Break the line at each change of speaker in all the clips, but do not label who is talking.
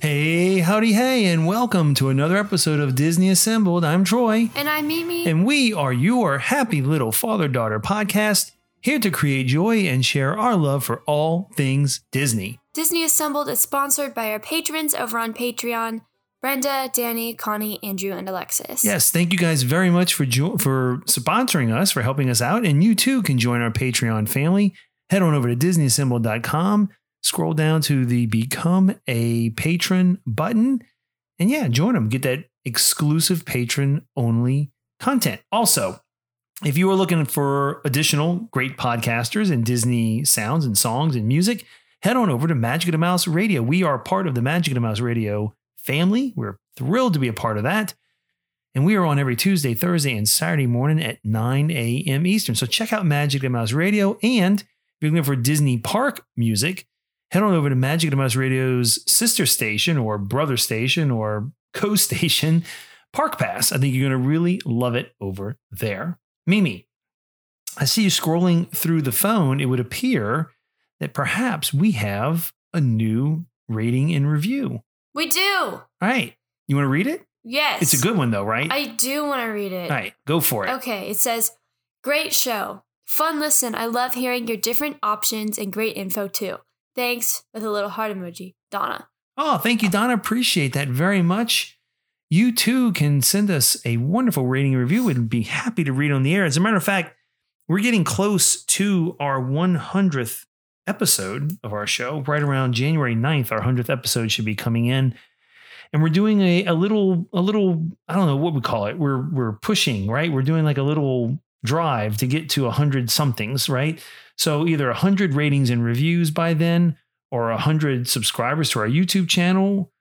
Hey, howdy, hey, and welcome to another episode of Disney Assembled. I'm Troy,
And I'm Mimi.
and we are your happy little father daughter podcast here to create joy and share our love for all things Disney.
Disney Assembled is sponsored by our patrons over on Patreon Brenda, Danny, Connie, Andrew, and Alexis.
Yes, thank you guys very much for jo- for sponsoring us, for helping us out, and you too can join our Patreon family. Head on over to disneyassemble.com, scroll down to the become a patron button, and yeah, join them. Get that exclusive patron only content. Also, if you are looking for additional great podcasters and Disney sounds and songs and music, head on over to Magic of the Mouse Radio. We are part of the Magic of the Mouse Radio family. We're thrilled to be a part of that. And we are on every Tuesday, Thursday, and Saturday morning at 9 a.m. Eastern. So check out Magic of the Mouse Radio. And if you're looking for Disney Park music, head on over to Magic of the Mouse Radio's sister station or brother station or co station, Park Pass. I think you're going to really love it over there. Mimi, I see you scrolling through the phone. It would appear that perhaps we have a new rating and review.
We do.
All right. You want to read it?
Yes.
It's a good one, though, right?
I do want to read it.
All right. Go for it.
Okay, it says, Great show. Fun listen. I love hearing your different options and great info too. Thanks with a little heart emoji. Donna.
Oh, thank you, Donna. Appreciate that very much. You too can send us a wonderful rating and review. We'd be happy to read on the air. As a matter of fact, we're getting close to our 100th episode of our show. Right around January 9th, our 100th episode should be coming in. And we're doing a, a little, a little, I don't know what we call it. We're we're pushing, right? We're doing like a little drive to get to 100 somethings, right? So either 100 ratings and reviews by then, or 100 subscribers to our YouTube channel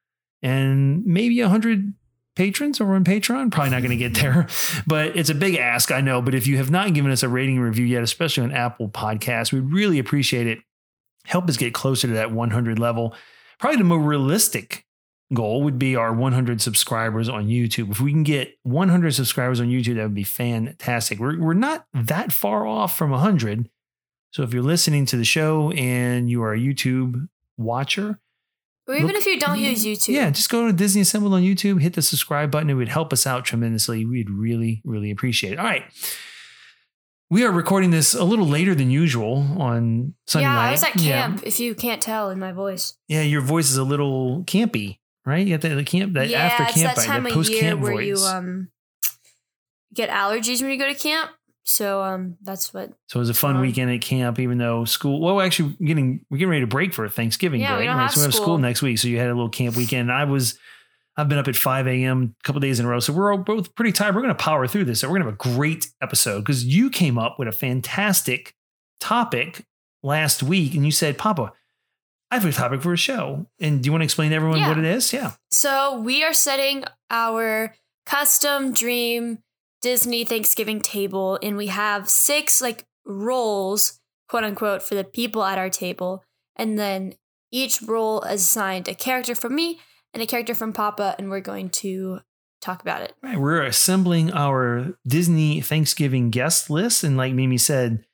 and maybe 100 patrons over on Patreon. Probably not going to get there, but it's a big ask, I know. But if you have not given us a rating and review yet, especially on Apple Podcasts, we'd really appreciate it. Help us get closer to that 100 level. Probably the more realistic goal would be our 100 subscribers on YouTube. If we can get 100 subscribers on YouTube, that would be fantastic. We're, we're not that far off from 100. So if you're listening to the show and you are a YouTube watcher,
Or even
Look-
if you don't use YouTube.
yeah, just go to Disney Assembled on YouTube, hit the subscribe button. It would help us out tremendously. We'd really, really appreciate it. All right. We are recording this a little later than usual on Sunday
yeah,
night.
I was at
Yeah.
camp, if you can't tell in my voice.
Yeah, your voice is a little campy, right? You got that the camp, that
yeah,
after
it's
camp,
that time of
post
year
camp
where
voice.
you um get allergies when you go to camp. So um that's what
so it was a fun
um,
weekend at camp, even though school. Well, we're actually getting we're getting ready to break for Thanksgiving
Yeah, we
break.
don't
right?
have
so we have school
school.
next week. So you had a little camp weekend. I was, I've been up at five a.m. a couple days in a row. So we're all both pretty tired. We're going to power through this. So we're going to have a great episode because you came up with a fantastic topic last week, and you said, "Papa, I have a topic for a show, and do you want to explain to everyone
Yeah.
what it is?" Yeah.
So we are setting our custom dream Disney Thanksgiving table, and we have six like roles, quote unquote, for the people at our table. And then each role is assigned a character from me and a character from Papa, and we're going to talk about it.
Right, we're assembling our Disney Thanksgiving guest list, and like Mimi said,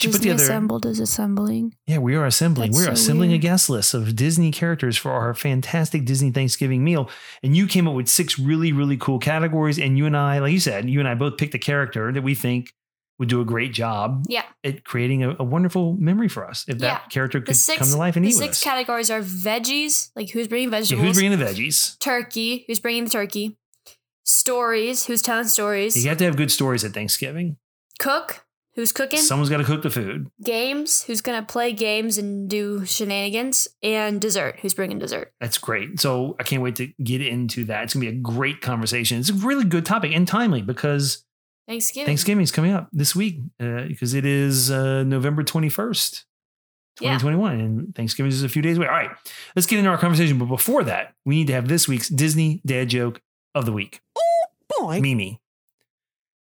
she put together.
is assembling.
Yeah, we are assembling.
That's
we are
so
assembling a
weird.
guest list of Disney characters for our fantastic Disney Thanksgiving meal. And you came up with six really, really cool categories. And you and I, like you said, you and I both picked a character that we think would do a great job
Yeah.
at creating a, a wonderful memory for us. If that
Yeah.
character could
The six
come to life and
the
eat with
six
us.
categories are veggies, like who's bringing
Yeah,
vegetables,
who's bringing the veggies?
turkey, who's bringing the turkey, stories, who's telling stories,
You have to have good stories at Thanksgiving.
cook, Who's cooking?
Someone's got to cook the food.
games. Who's going to play games and do shenanigans? And dessert. Who's bringing dessert?
That's great. So I can't wait to get into that. It's going to be a great conversation. It's a really good topic and timely because
Thanksgiving.
Thanksgiving's coming up this week uh, because it is uh, November 21st,
Yeah.
2021, and Thanksgiving is a few days away. All right, let's get into our conversation. But before that, we need to have this week's Disney dad joke of the week.
Oh,
Boy.
Mimi,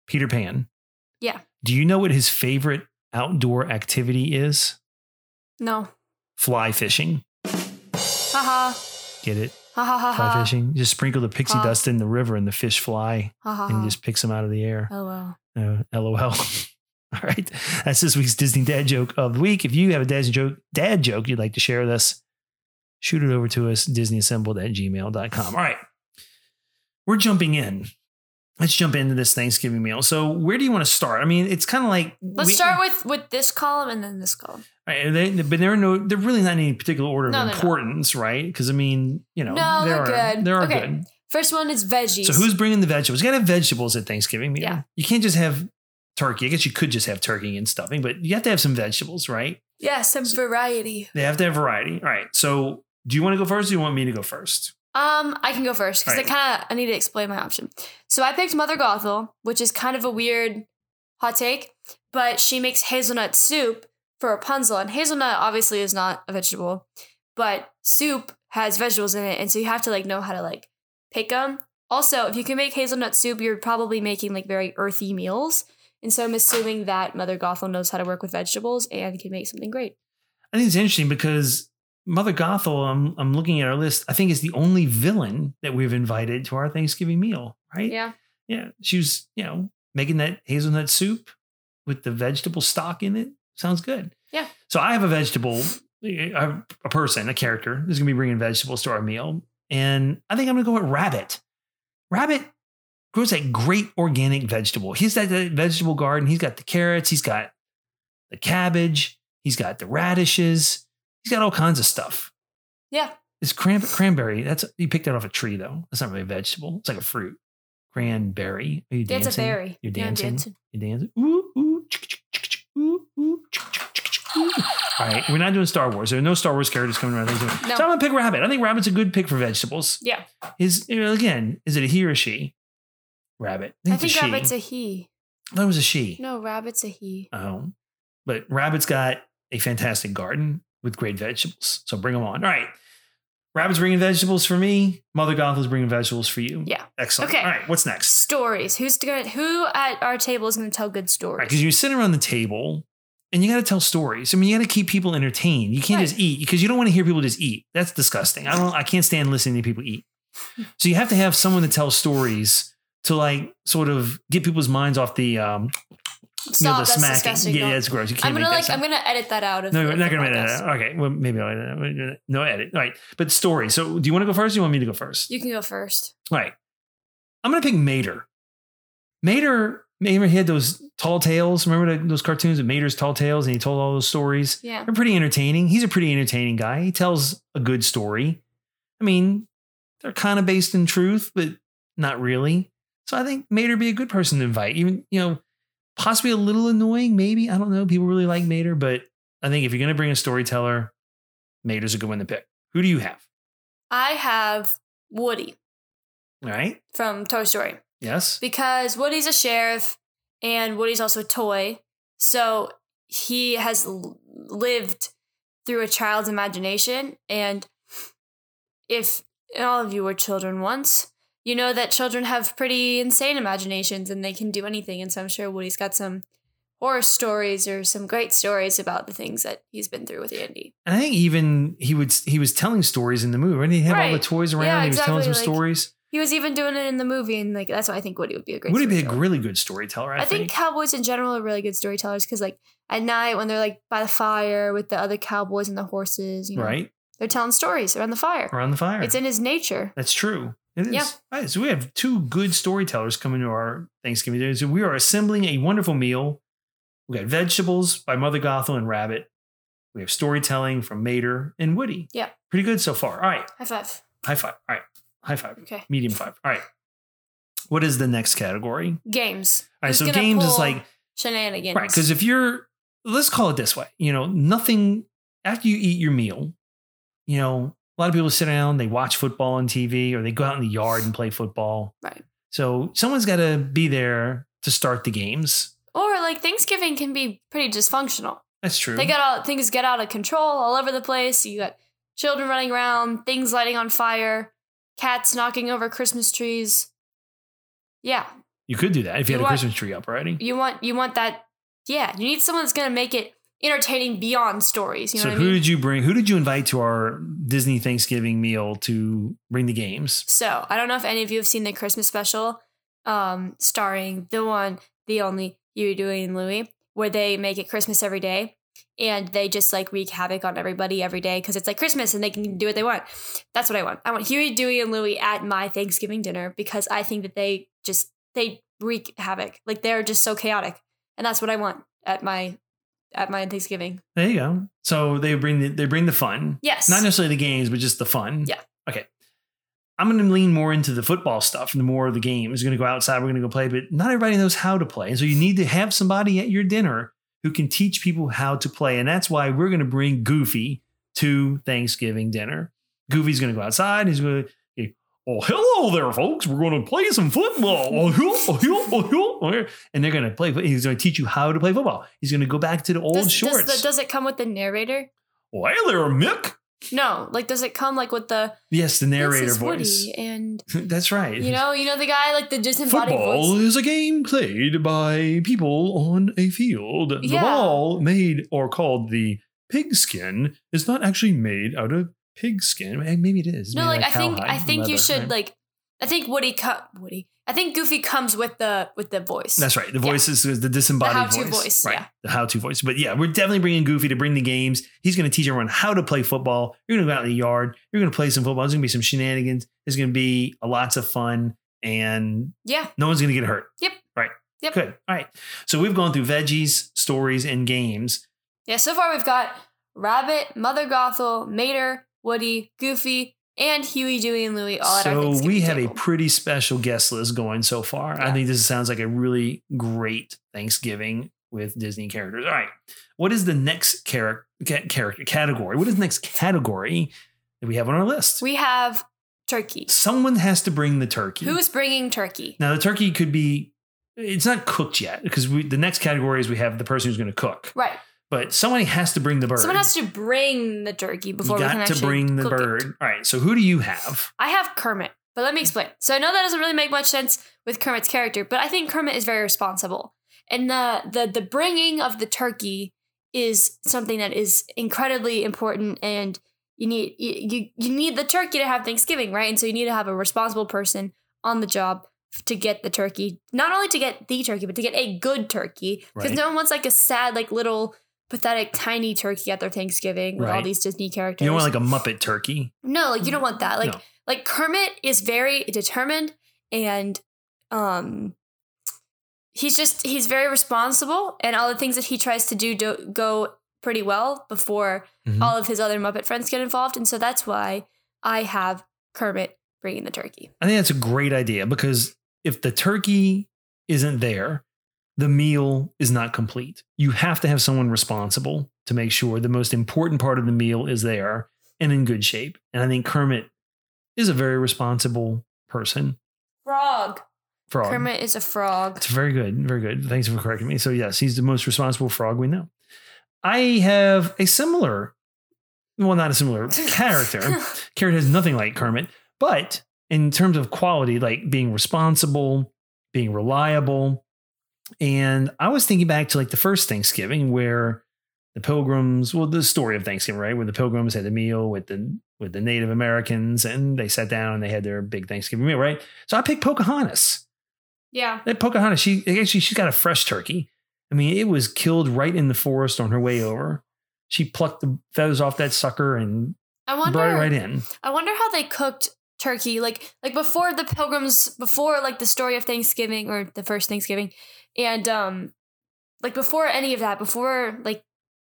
Peter Pan.
Yeah.
Do you know what his favorite outdoor activity is?
No.
Fly fishing.
Ha ha.
Get it?
Ha ha ha
Fly
ha.
fishing. Just sprinkle the pixie
Huh.
dust in the river and the fish fly
Ha ha.
and
ha.
he just picks them out of the air.
Oh well.
Uh, LOL. All right. That's this week's Disney dad joke of the week. If you have a dad joke, dad joke you'd like to share with us, shoot it over to us, disneyassembled at gmail.com. All right. We're jumping in. Let's jump into this Thanksgiving meal. So, where do you want to start? I mean, it's kind of like
Let's start with with this column and then this column.
Right, they, but there are no, they're really not in any particular order
No,
of
they're not.
importance, right? Because I mean, you know,
No,
there
they're
are,
good.
There are
Okay.
good.
First one is veggies.
So who's bringing the vegetables? You got to have vegetables at Thanksgiving meal.
Yeah.
You can't just have turkey. I guess you could just have turkey and stuffing, but you have to have some vegetables, right?
Yeah, some variety.
They have to have variety. All right. So do you want to go first or do you want me to go first?
Um, I can go first because
Right.
I kind of I need to explain my option. So I picked Mother Gothel, which is kind of a weird hot take, but she makes hazelnut soup for Rapunzel, and hazelnut obviously is not a vegetable, but soup has vegetables in it, and so you have to like know how to like pick them. Also, if you can make hazelnut soup, you're probably making like very earthy meals, and so I'm assuming that Mother Gothel knows how to work with vegetables and can make something great.
I think it's interesting because Mother Gothel, I'm, I'm looking at our list, I think is the only villain that we've invited to our Thanksgiving meal, right?
Yeah,
Yeah. She was, you know, making that hazelnut soup with the vegetable stock in it. Sounds good.
Yeah.
So I have a vegetable, a, a person, a character who's going to be bringing vegetables to our meal. And I think I'm going to go with rabbit. Rabbit grows that great organic vegetable. He's got that vegetable garden. He's got the carrots. He's got the cabbage. He's got the radishes. He's got all kinds of stuff.
yeah,
It's cran- cranberry. That's you picked that off a tree though. That's not really a vegetable. It's like a fruit. Cranberry. Are you
that's
dancing?
a berry.
You're
Yeah, I'm
dancing. You dance. Ooh, ooh, chick, chick, chick, chick, ooh, ooh, chick, chick, chick, chick, ooh. All right, we're not doing Star Wars. There are no Star Wars characters coming around. Thanksgiving.
No.
So I'm gonna pick Rabbit. I think Rabbit's a good pick for vegetables.
Yeah,
Is you know, again, is it a he or a she? Rabbit.
I
it's
think
a she.
rabbit's a he.
I thought it was a she.
No, rabbit's a he.
Um, but Rabbit's got a fantastic garden with great vegetables. So bring them on. All right. Rabbit's bringing vegetables for me. Mother Gothel's bringing vegetables for you.
Yeah.
Excellent.
Okay.
All right. What's next?
Stories. Who's gonna? Who at our table is gonna tell good
All right.
stories?
Because you sit around the table and you got to tell stories. I mean, you got to keep people entertained. You can't
Right.
just eat because you don't want to hear people just eat. That's disgusting. I don't, I can't stand listening to people eat. So you have to have someone to tell stories to like sort of get people's minds off the, um, you know,
Stop.
the
that's
smacking.
disgusting.
Yeah,
no.
yeah, it's gross. You can't
I'm gonna
make that
like.
sound.
I'm gonna edit that out. Of
No,
the-
we're not
the
going to edit
podcast.
that. Okay. Well, maybe I'll edit that. No edit. All right. But story. So do you want to go first or do you want me to go first?
You can go first.
All right. I'm going to pick Mater. Mater, Mater he had those tall tales. Remember the, those cartoons of Mater's tall tales and he told all those stories?
Yeah.
They're pretty entertaining. He's a pretty entertaining guy. He tells a good story. I mean, they're kind of based in truth, but not really. So I think Mater would be a good person to invite. Even, you know, possibly a little annoying, maybe. I don't know. People really like Mater, but I think if you're going to bring a storyteller, Mater's a good one to pick. Who do you have?
I have Woody
All right.
from Toy Story
Yes.
because Woody's a sheriff and Woody's also a toy, so he has l- lived through a child's imagination and if and all of you were children once, you know that children have pretty insane imaginations and they can do anything. And so I'm sure Woody's got some horror stories or some great stories about the things that he's been through with Andy.
And I think even he would he was telling stories in the movie, right? He had all the
Right.
toys around.
Yeah,
he was telling some
exactly, like,
stories.
He was even doing it in the movie, and like that's why I think Woody would be a great.
Would he be a
storyteller.
really good storyteller? I,
I think cowboys in general are really good storytellers because, like, at night when they're like by the fire with the other cowboys and the horses, you know,
right
they're telling stories around the fire.
around the fire.
It's in his nature.
That's true. It is.
Yeah.
All right, so we have two good storytellers coming to our Thanksgiving dinner. So we are assembling a wonderful meal. We got vegetables by Mother Gothel and Rabbit. We have storytelling from Mater and Woody.
Yeah.
Pretty good so far. All right.
High five.
High five. All right. High five.
Okay.
Medium five. All right. What is the next category?
Games.
All right.
Who's
so
gonna
games is
pull
like
shenanigans.
Right. Because if you're, let's call it this way, you know, nothing after you eat your meal, you know, a lot of people sit down, they watch football on TV or they go out in the yard and play football.
Right.
So someone's got to be there to start the games.
or like Thanksgiving can be pretty dysfunctional.
That's true.
They got all things get out of control all over the place. You got children running around, things lighting on fire, cats knocking over Christmas trees. Yeah,
you could do that if you,
You
had a
want-
Christmas tree up already.
you want you want that. Yeah, you need someone that's gonna make it entertaining beyond stories. You know
so
what I
who
mean?
did you bring? Who did you invite to our Disney Thanksgiving meal to bring the games?
So I don't know if any of you have seen the Christmas special, um, starring the one, the only Huey, Dewey, and Louie, where they make it Christmas every day, and they just like wreak havoc on everybody every day because it's like Christmas and they can do what they want. That's what I want. I want Huey, Dewey, and Louie at my Thanksgiving dinner because I think that they just they wreak havoc. Like they're just so chaotic, and that's what I want at my at my Thanksgiving.
There you go. So they bring the, they bring the fun,
Yes.
not necessarily the games, but just the fun.
Yeah.
Okay. I'm going to lean more into the football stuff and the more of the game is going to go outside. We're going to go play, but not everybody knows how to play. And so you need to have somebody at your dinner who can teach people how to play. And that's why we're going to bring Goofy to Thanksgiving dinner. Goofy's going to go outside. He's going to, oh, hello there, folks. We're going to play some football. Oh, hoo, oh, hoo, oh, hoo. Oh, yeah. And they're going to play. He's going to teach you how to play football. He's going to go back to the old
does,
shorts.
Does, the, does it come with the narrator?
Oh, hey there, Mick.
No, like does it come like with the
Yes, the narrator
this is
voice.
Woody and
That's right.
You know, you know the guy like the disembodied
Football
voice.
is a game played by people on a field. The
Yeah.
ball made or called the pigskin is not actually made out of pigskin. Eh, Maybe it is.
No,
Maybe
like, I think
cowhide
I think you
leather,
should
right?
like I think Woody co- Woody. I think Goofy comes with the with the voice.
That's right. The voice is- is the disembodied
The how-to voice,
Right.
yeah.
The how to voice. But yeah, we're definitely bringing Goofy to bring the games. He's going to teach everyone how to play football. You're going to go out in the yard. You're going to play some football. There's going to be some shenanigans. There's going to be lots of fun. And
yeah.
No one's going to get hurt.
Yep.
Right.
Yep.
Good. All right. So we've gone through veggies, stories, and games.
Yeah, so far we've got Rabbit, Mother Gothel, Mater, Woody, Goofy, and Huey, Dewey, Oh, and Louie all at our
so
Thanksgiving
we have a
table.
pretty special guest list going so far. I
Yeah.
think this sounds like a really great Thanksgiving with Disney characters. All right. What is the next character character category? What is the next category that we have on our list?
we have turkey.
Someone has to bring the turkey.
Who's bringing turkey?
now the turkey could be it's not cooked yet because we, the next category is we have the person who's going to cook,
Right.
but somebody has to bring the bird.
Someone has to bring the turkey before
you
we can
got to
actually
bring the
cook it.
bird. All right. So who do you have?
I have Kermit, but let me explain. So I know that doesn't really make much sense with Kermit's character, but I think Kermit is very responsible, and the the the bringing of the turkey is something that is incredibly important, and you need you you- you need the turkey to have Thanksgiving, right? And so you need to have a responsible person on the job to get the turkey, not only to get the turkey, but to get a good turkey, because
Right.
no one wants like a sad, like little. Pathetic, tiny turkey at their Thanksgiving with all
Right.
these Disney characters.
You don't want like a Muppet turkey.
No, like you don't want that. Like
Mm. No.
like Kermit is very determined and um he's just he's very responsible and all the things that he tries to do, do go pretty well before
Mhm.
all of his other Muppet friends get involved and so that's why I have Kermit bringing the turkey.
I think that's a great idea because if the turkey isn't there, the meal is not complete. You have to have someone responsible to make sure the most important part of the meal is there and in good shape. And I think Kermit is a very responsible person.
Frog.
Frog.
Kermit is a frog.
It's very good. Very good. Thanks for correcting me. So, yes, he's the most responsible frog we know. I have a similar, well, not a similar character. Carrot has nothing like Kermit, but in terms of quality, like being responsible, being reliable. And I was thinking back to like the first Thanksgiving where the pilgrims, well, the story of Thanksgiving, right? Where the pilgrims had the meal with the with the Native Americans and they sat down and they had their big Thanksgiving meal, right? So I picked Pocahontas.
yeah.
That Pocahontas, she actually she's got a fresh turkey. I mean, it was killed right in the forest on her way over. She plucked the feathers off that sucker and
I wonder
brought it right in.
I wonder how they cooked turkey, like like before the pilgrims, before like the story of Thanksgiving or the first Thanksgiving, and um, like before any of that, before like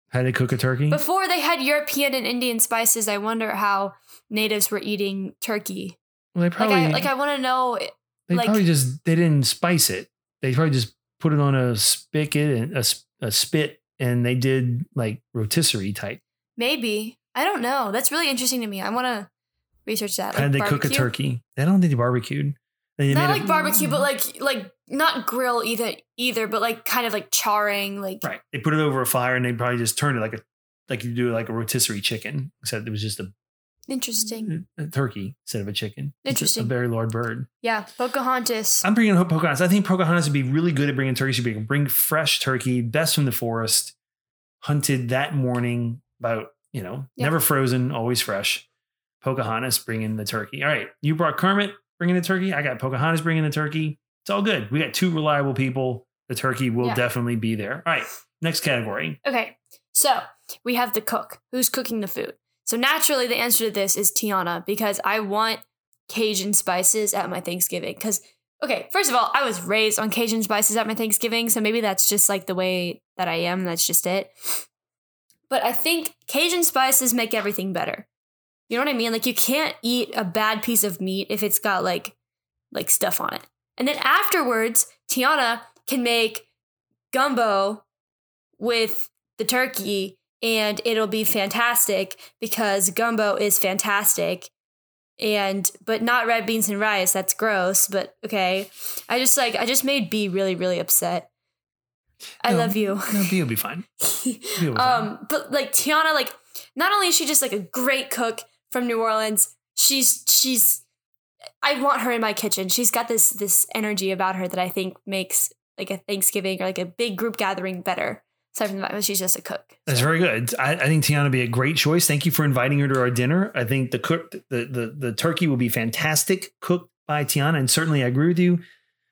How they cook a turkey?
before they had European and Indian spices, I wonder how natives were eating turkey.
Well, they
Like
probably
I like I want to know. eh,
they
like-
probably just they didn't spice it. They probably just put it on a spigot and a, sp- a spit, and they did like rotisserie type.
Maybe. I don't know. That's really interesting to me. I want to research that.
How did they cook a
barbecue?
turkey? I don't think they barbecued. They
not
made a-
like barbecue, but like like not grill either either, but like kind of like charring, like
Right. They put it over a fire and they probably just turned it like a like you do like a rotisserie chicken, except it was just a,
interesting.
a turkey instead of a chicken. It's a-
Interesting.
a very large bird.
Yeah, Pocahontas.
I'm bringing Ho- Pocahontas. I think Pocahontas would be really good at bringing turkey. She'd be bring fresh turkey, best from the forest, hunted that morning, about you know,
Yeah.
never frozen, always fresh. Pocahontas bringing the turkey. All right, you brought Kermit bringing the turkey. I got Pocahontas bringing the turkey. It's all good. We got two reliable people. The turkey will
Yeah.
definitely be there. All right, next category.
Okay, so we have the cook. Who's cooking the food? So naturally, the answer to this is Tiana because I want Cajun spices at my Thanksgiving. Because, okay, first of all, I was raised on Cajun spices at my Thanksgiving. So maybe that's just like the way that I am. That's just it. But I think Cajun spices make everything better. You know what I mean? Like, you can't eat a bad piece of meat if it's got like, like stuff on it. And then afterwards, Tiana can make gumbo with the turkey and it'll be fantastic because gumbo is fantastic and but not red beans and rice that's gross but okay i just like i just made b really really upset i
No,
love you
No, B will be fine. B will be fine.
um but like tiana like not only is she just like a great cook from new orleans she's she's i want her in my kitchen she's got this this energy about her that i think makes like a thanksgiving or like a big group gathering better aside from the fact that she's just a cook
That's very good. I, I think Tiana would be a great choice. Thank you for inviting her to our dinner. I think the cook, the, the the turkey will be fantastic, cooked by Tiana, and certainly I agree with you.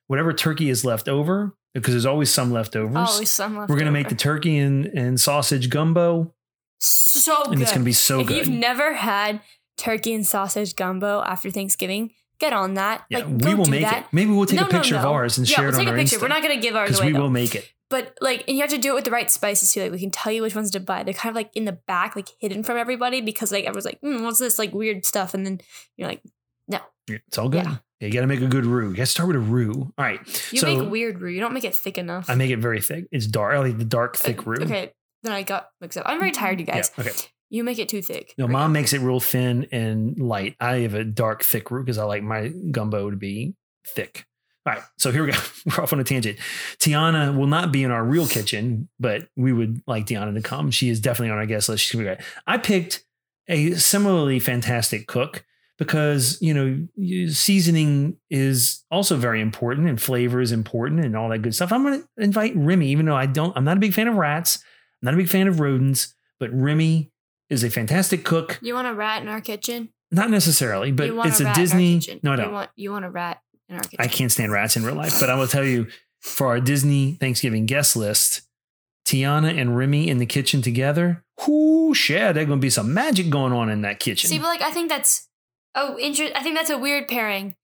Whatever turkey is left over, because there's always some leftovers.
always Oh, some
we're gonna make the
leftover.
turkey and and sausage gumbo,
so
and
good.
it's gonna be so
if
good.
you've never had turkey and sausage gumbo after Thanksgiving, get on that.
yeah,
like,
we
go
will
do
make
that.
it. Maybe we'll take
No,
a
no,
picture of
no.
ours and
yeah,
share
we'll
it on
take
our
a picture.
Insta
We're not gonna give ours
because we
away though.
will make it.
But like, and you have to do it with the right spices too. Like, we can tell you which ones to buy. They're kind of like in the back, like hidden from everybody because like everyone's like, mm, "What's this like weird stuff?" And then you're like,
Yeah, It's all good.
Yeah.
Yeah. you got to make a good roux. You got to start with a roux. All right,
"You
so
make weird roux. You don't make it thick enough."
I make it very thick. It's dark. I like the dark, thick roux.
Okay, then I got mixed up. I'm very tired, you
Yeah.
guys.
Okay.
You make it too thick.
No,
Right.
mom makes it real thin and light. I have a dark, thick roux because I like my gumbo to be thick. All right, so here we go. We're off on a tangent. Tiana will not be in our real kitchen, but we would like Tiana to come. She is definitely on our guest list. She's gonna be great. I picked a similarly fantastic cook because you know you- seasoning is also very important and flavor is important and all that good stuff. I'm gonna invite Remy, even though I don't. I'm not a big fan of rats. I'm not a big fan of rodents, but Remy is a fantastic cook.
You want a rat in our kitchen?
Not necessarily, but
you want
it's
a,
a
rat In our
Disney.
kitchen.
No, I
You
don't.
want you want a rat in our kitchen.
I can't stand rats in real life, but I will tell you for our Disney Thanksgiving guest list, Tiana and Remy in the kitchen together. Whoo, yeah, there's gonna be some magic going on in that kitchen.
See, but like I think that's oh, inter- I think that's a weird pairing.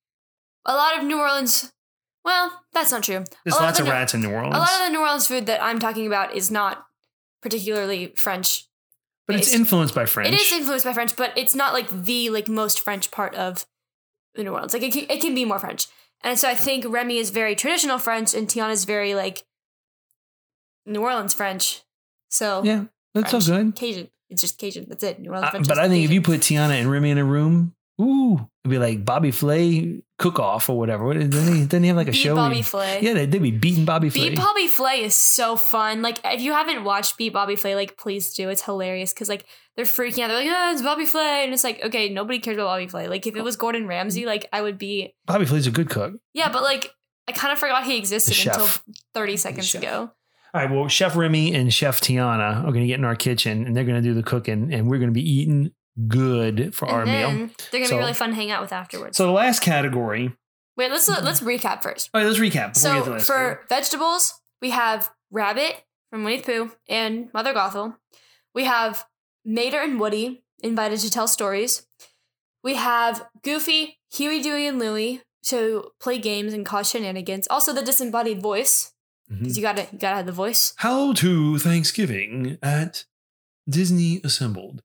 A lot of New Orleans. Well, that's not true.
There's
a lot
lots of
the New-
rats in New Orleans,
A lot of the New Orleans food that I'm talking about is not particularly French.
but it's
based.
influenced by French.
It is influenced by French, but it's not like the like most French part of the New Orleans. Like it can, it can be more French. And so I think Remy is very traditional French and Tiana's very like New Orleans French. So
yeah, that's all
French.
good.
Cajun. It's just Cajun. That's it. New Orleans
I-
French.
but
is
I think if you
Cajun.
put Tiana and Remy in a room, ooh, it'd be like Bobby Flay cook off or whatever. What- Didn't he, didn't he have like a
Beat
show? where
Bobby
he-
Flay.
Yeah, they did be beating Bobby Flay.
Beat Bobby Flay is so fun. Like, if you haven't watched Beat Bobby Flay, like, please do. It's hilarious because, like, they're freaking out. They're like, oh, it's Bobby Flay. And it's like, okay, nobody cares about Bobby Flay. Like, if it was Gordon Ramsay, like, I would be,
Bobby Flay's a good cook.
yeah, but, like, I kind of forgot he
The
existed
chef.
until 30 seconds
chef.
ago.
All right. Well, Chef Remy and Chef Tiana are going to get in our kitchen and they're going to do the cooking and we're going to be eating good for our
and then
meal.
they're going to
So-
be really fun to hang out with afterwards.
So the last category.
Wait, let's let's recap first.
All right. Let's recap. before we get to the
So
last
for
category.
vegetables, we have Rabbit from Winnie the Pooh and Mother Gothel. We have Mater and Woody invited to tell stories. We have Goofy, Huey, Dewey, and Louie to play games and cause shenanigans. Also, the disembodied voice
Mhm.
because you gotta you gotta have the voice.
How to Thanksgiving at Disney Assembled.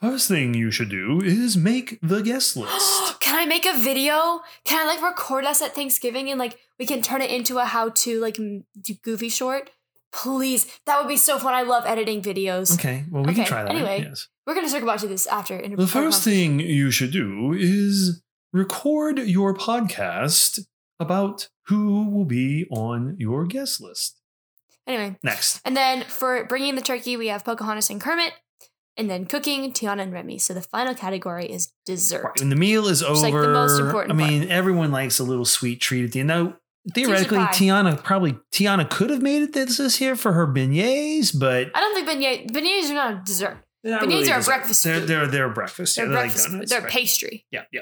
First thing you should do is make the guest list.
can I make a video? Can I like record us at Thanksgiving and like we can turn it into a how to like m- do goofy short? Please, that would be so fun. I love editing videos.
Okay. Well, we can
Okay,
try that.
anyway.
Yes.
We're gonna circle back to this after. In
The first thing you should do is record your podcast about who will be on your guest list.
Anyway,
Next.
and then for bringing the turkey, we have Pocahontas and Kermit, and then cooking Tiana and Remy. So the final category is dessert.
When the meal is over,
It's like the most important
I mean, everyone likes a little sweet treat at the end. Now, theoretically,
usually
Tiana probably Tiana could have made it this this year for her beignets, but
I don't think beignet beignets are not a dessert.
they're not
Beignets
really
are a
dessert.
breakfast
They're
food.
they're they're a breakfast.
They're
yeah,
breakfast.
Like donuts,
they're
right.
pastries.
Yeah, yeah.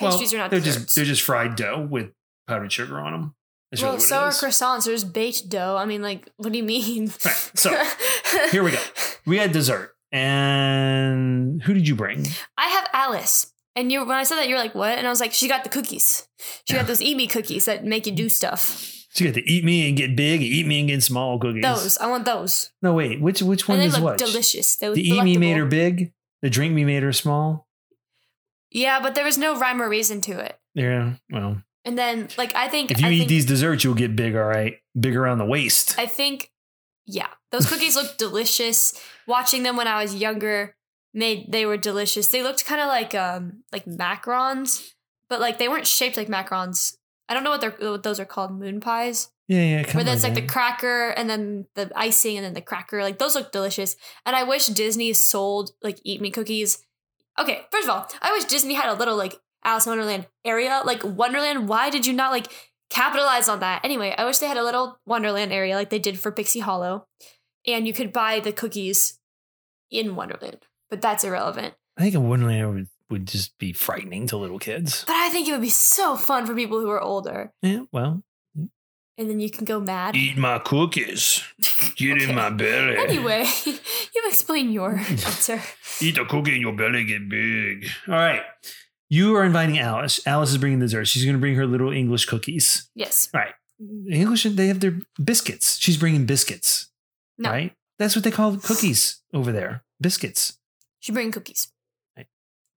Pastries
well,
are not
they're
desserts.
just they're just fried dough with powdered sugar on them. That's
well,
really what
so
it
are
is.
croissants. There's baked dough. I mean, like, what do you mean?
Right, so, here we go. We had dessert, and who did you bring?
I have Alice. And you, when I said that, you were like, "What?" And I was like, "She got the cookies. She
Yeah.
got those EB cookies that make you do stuff.
So you got to eat me and get big, eat me and get small cookies.
Those, I want those.
No, wait. Which which one
and they
is
look
what?
delicious. They look
The eat me made her
delectable.
big. The drink me made her small.
Yeah, but there was no rhyme or reason to it.
Yeah. Well,
And then, like, I think
if you
I
eat
think,
these desserts, you'll get big. All right, big around the waist.
I think, yeah, those cookies looked delicious. Watching them when I was younger, made they were delicious. They looked kind of like um like macarons, but like they weren't shaped like macarons. I don't know what they're what those are called, moon pies.
yeah, yeah. Come
where that's
on,
like the
man.
cracker and then the icing and then the cracker. Like those look delicious. And I wish Disney sold like eat me cookies. Okay, first of all, I wish Disney had a little like Alice in Wonderland area. Like Wonderland, why did you not like capitalize on that? Anyway, I wish they had a little Wonderland area like they did for Pixie Hollow. And you could buy the cookies in Wonderland. But that's irrelevant.
I think a Wonderland would, would just be frightening to little kids.
But I think it would be so fun for people who are older.
Yeah. Well,
And then you can go mad.
eat my cookies. Get
Okay.
in my belly.
Anyway, you explain your answer.
Eat the cookie in your belly, get big. All right. You are inviting Alice. Alice is bringing dessert. She's going to bring her little English cookies.
Yes.
English, they have their biscuits. She's bringing biscuits.
No.
Right? That's what they call cookies over there. Biscuits.
She bring cookies.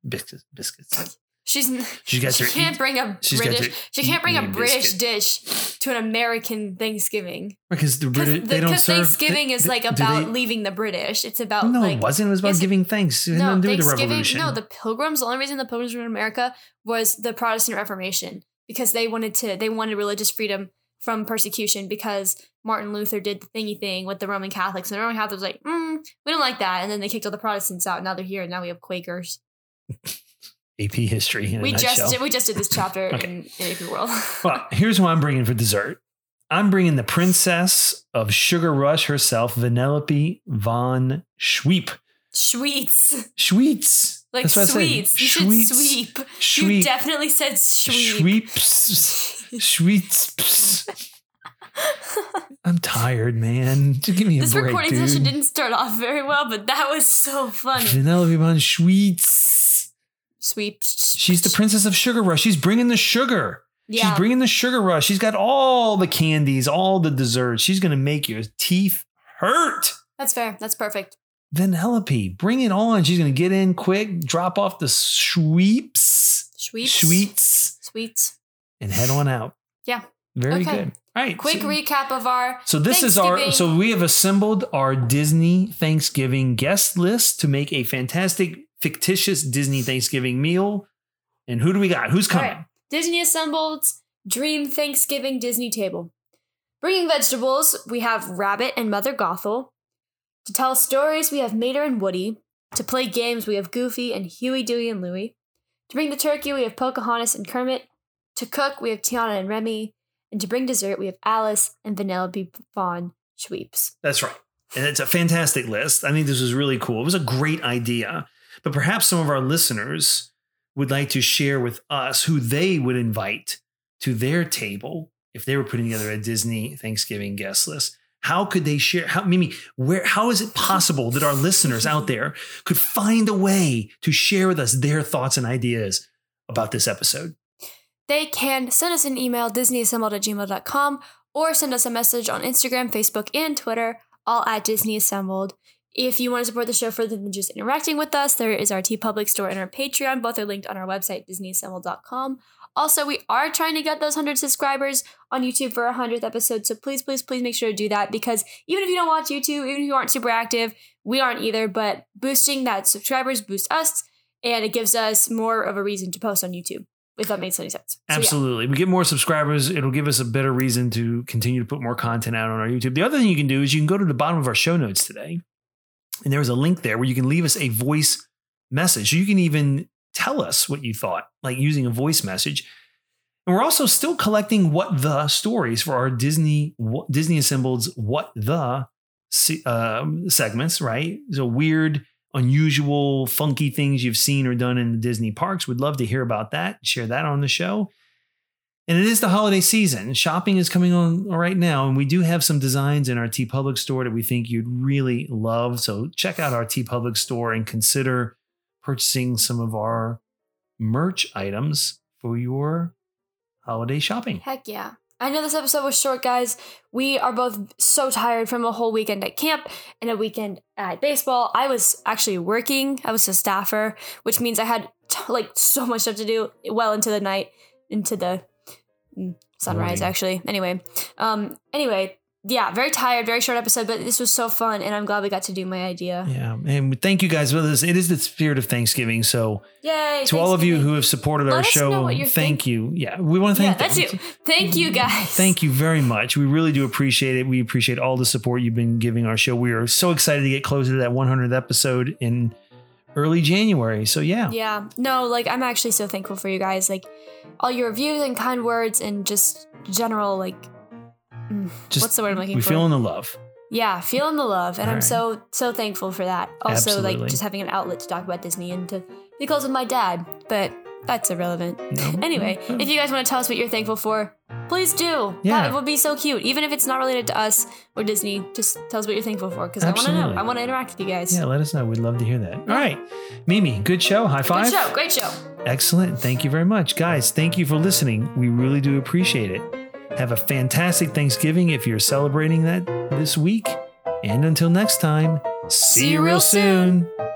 Biscuits. Biscuits.
She's n-
She's got
she
her.
can't bring a
e-, she's got
British
to
she can't bring a
eat me
British dish to an American Thanksgiving
Because the
because
British. they don't serve.
Thanksgiving
they-
is
they-
like
do
about
they-
leaving the British. It's about
no,
like
it wasn't. It was about
Yes, it-
giving thanks. It had
no
nothing to do with the
Thanksgiving.
revolution.
no, the Pilgrims. The only reason the Pilgrims were in America was the Protestant Reformation because they wanted to they wanted religious freedom from persecution because Martin Luther did the thingy thing with the Roman Catholics and the Roman Catholics were like mm, we don't like that and then they kicked all the Protestants out. Now they're here and now we have Quakers.
AP history. In a
we
nutshell.
just did, we just did this chapter
Okay.
in, in AP World.
Well, here's what I'm bringing for dessert. I'm bringing the princess of Sugar Rush herself, Vanellope von Schweep.
Sweets.
Schweets.
Like
That's what I said.
sweets. You should sweep. You
Schweep.
definitely said sweep.
Schweeps. Schweeps. I'm tired, man. Just give me a
this
break,
recording
dude.
session didn't start off very well, but that was so funny.
Vanellope von Schweets.
Sweep.
She's the princess of Sugar Rush. She's bringing the sugar.
Yeah.
She's bringing the sugar rush. She's got all the candies, all the desserts. She's going to make your teeth hurt.
that's fair. That's perfect.
Vanellope, bring it on. She's going to get in quick, drop off the sweeps,
Sweets.
sweets,
Sweets.
and head on out.
Yeah.
Very
Okay.
good. All right.
Quick
so,
recap of our
So this is our
Thanksgiving.
so we have assembled our Disney Thanksgiving guest list to make a fantastic fictitious Disney Thanksgiving meal. And who do we got? Who's
All
coming?
right. Disney assembled Dream Thanksgiving Disney table. Bringing vegetables, we have Rabbit and Mother Gothel. To tell stories, we have Mater and Woody. To play games, we have Goofy and Huey, Dewey, and Louie. To bring the turkey, we have Pocahontas and Kermit. To cook, we have Tiana and Remy. And to bring dessert, we have Alice and Vanellope Vaughn Schweeps.
That's right. And it's a fantastic list. I think this was really cool. It was a great idea. But perhaps some of our listeners would like to share with us who they would invite to their table if they were putting together a Disney Thanksgiving guest list. How could they share? How Mimi, where how is it possible that our listeners out there could find a way to share with us their thoughts and ideas about this episode?
They can send us an email, disneyassembled at gmail.com, or send us a message on Instagram, Facebook, and Twitter, all at Disney Assembled. If you want to support the show further than just interacting with us, there is our T Public store and our Patreon. Both are linked on our website, DisneyAssemble.com. Also, we are trying to get those 100 subscribers on YouTube for our 100th episode. So please, please, please make sure to do that because even if you don't watch YouTube, even if you aren't super active, we aren't either. But boosting that subscribers boosts us and it gives us more of a reason to post on YouTube, if that makes any sense. So, yeah.
Absolutely. We get more subscribers. It'll give us a better reason to continue to put more content out on our YouTube. The other thing you can do is you can go to the bottom of our show notes today, and there's a link there where you can leave us a voice message. You can even tell us what you thought, like using a voice message. And we're also still collecting what the stories for our Disney Disney Assembleds what the se- um, segments, right? So weird, unusual, funky things you've seen or done in the Disney parks. We'd love to hear about that. Share that on the show. And it is the holiday season. Shopping is coming on right now, and we do have some designs in our T Public store that we think you'd really love. So check out our T Public store and consider purchasing some of our merch items for your holiday shopping.
Heck yeah. I know this episode was short, guys. We are both so tired from a whole weekend at camp and a weekend at baseball. I was actually working, I was a staffer, which means I had t- like so much stuff to do well into the night, into the mm, sunrise,
Morning.
actually. Anyway, um, anyway, yeah, very tired, very short episode, but this was so fun, and I'm glad we got to do my idea.
Yeah. And thank you guys for this. It is the spirit of Thanksgiving. So
Yay!
to all of you
Thanksgiving.
who have supported
Let
our
us
show,
know what you're
thank you. Yeah. We want to
yeah,
thank
that's
them.
you. Thank you, guys.
Thank you very much. We really do appreciate it. We appreciate all the support you've been giving our show. We are so excited to get closer to that 100th episode in early January. So, yeah.
Yeah. No, like I'm actually so thankful for you guys. Like all your reviews and kind words and just general like
just
what's the word I'm looking
we
for?
feeling the love.
yeah, feeling the love. And I'm
Alright.
so so thankful for that. Also
Absolutely.
like just having an outlet to talk about Disney and to be close with my dad. But that's irrelevant.
No.
Anyway, if you guys want to tell us what you're thankful for, please do.
Mm-hmm. Yeah.
That would be so cute. Even if it's not related to us or Disney, just tell us what you're thankful for because I want to know.
Absolutely.
I want to interact with you guys.
Yeah, let us know. We'd love to hear that. All right. Mimi, good show. High
Good
five.
show. Great show.
Excellent. Thank you very much. Guys, thank you for listening. We really do appreciate it. Have a fantastic Thanksgiving if you're celebrating that this week. And until next time, see,
you real soon.
soon.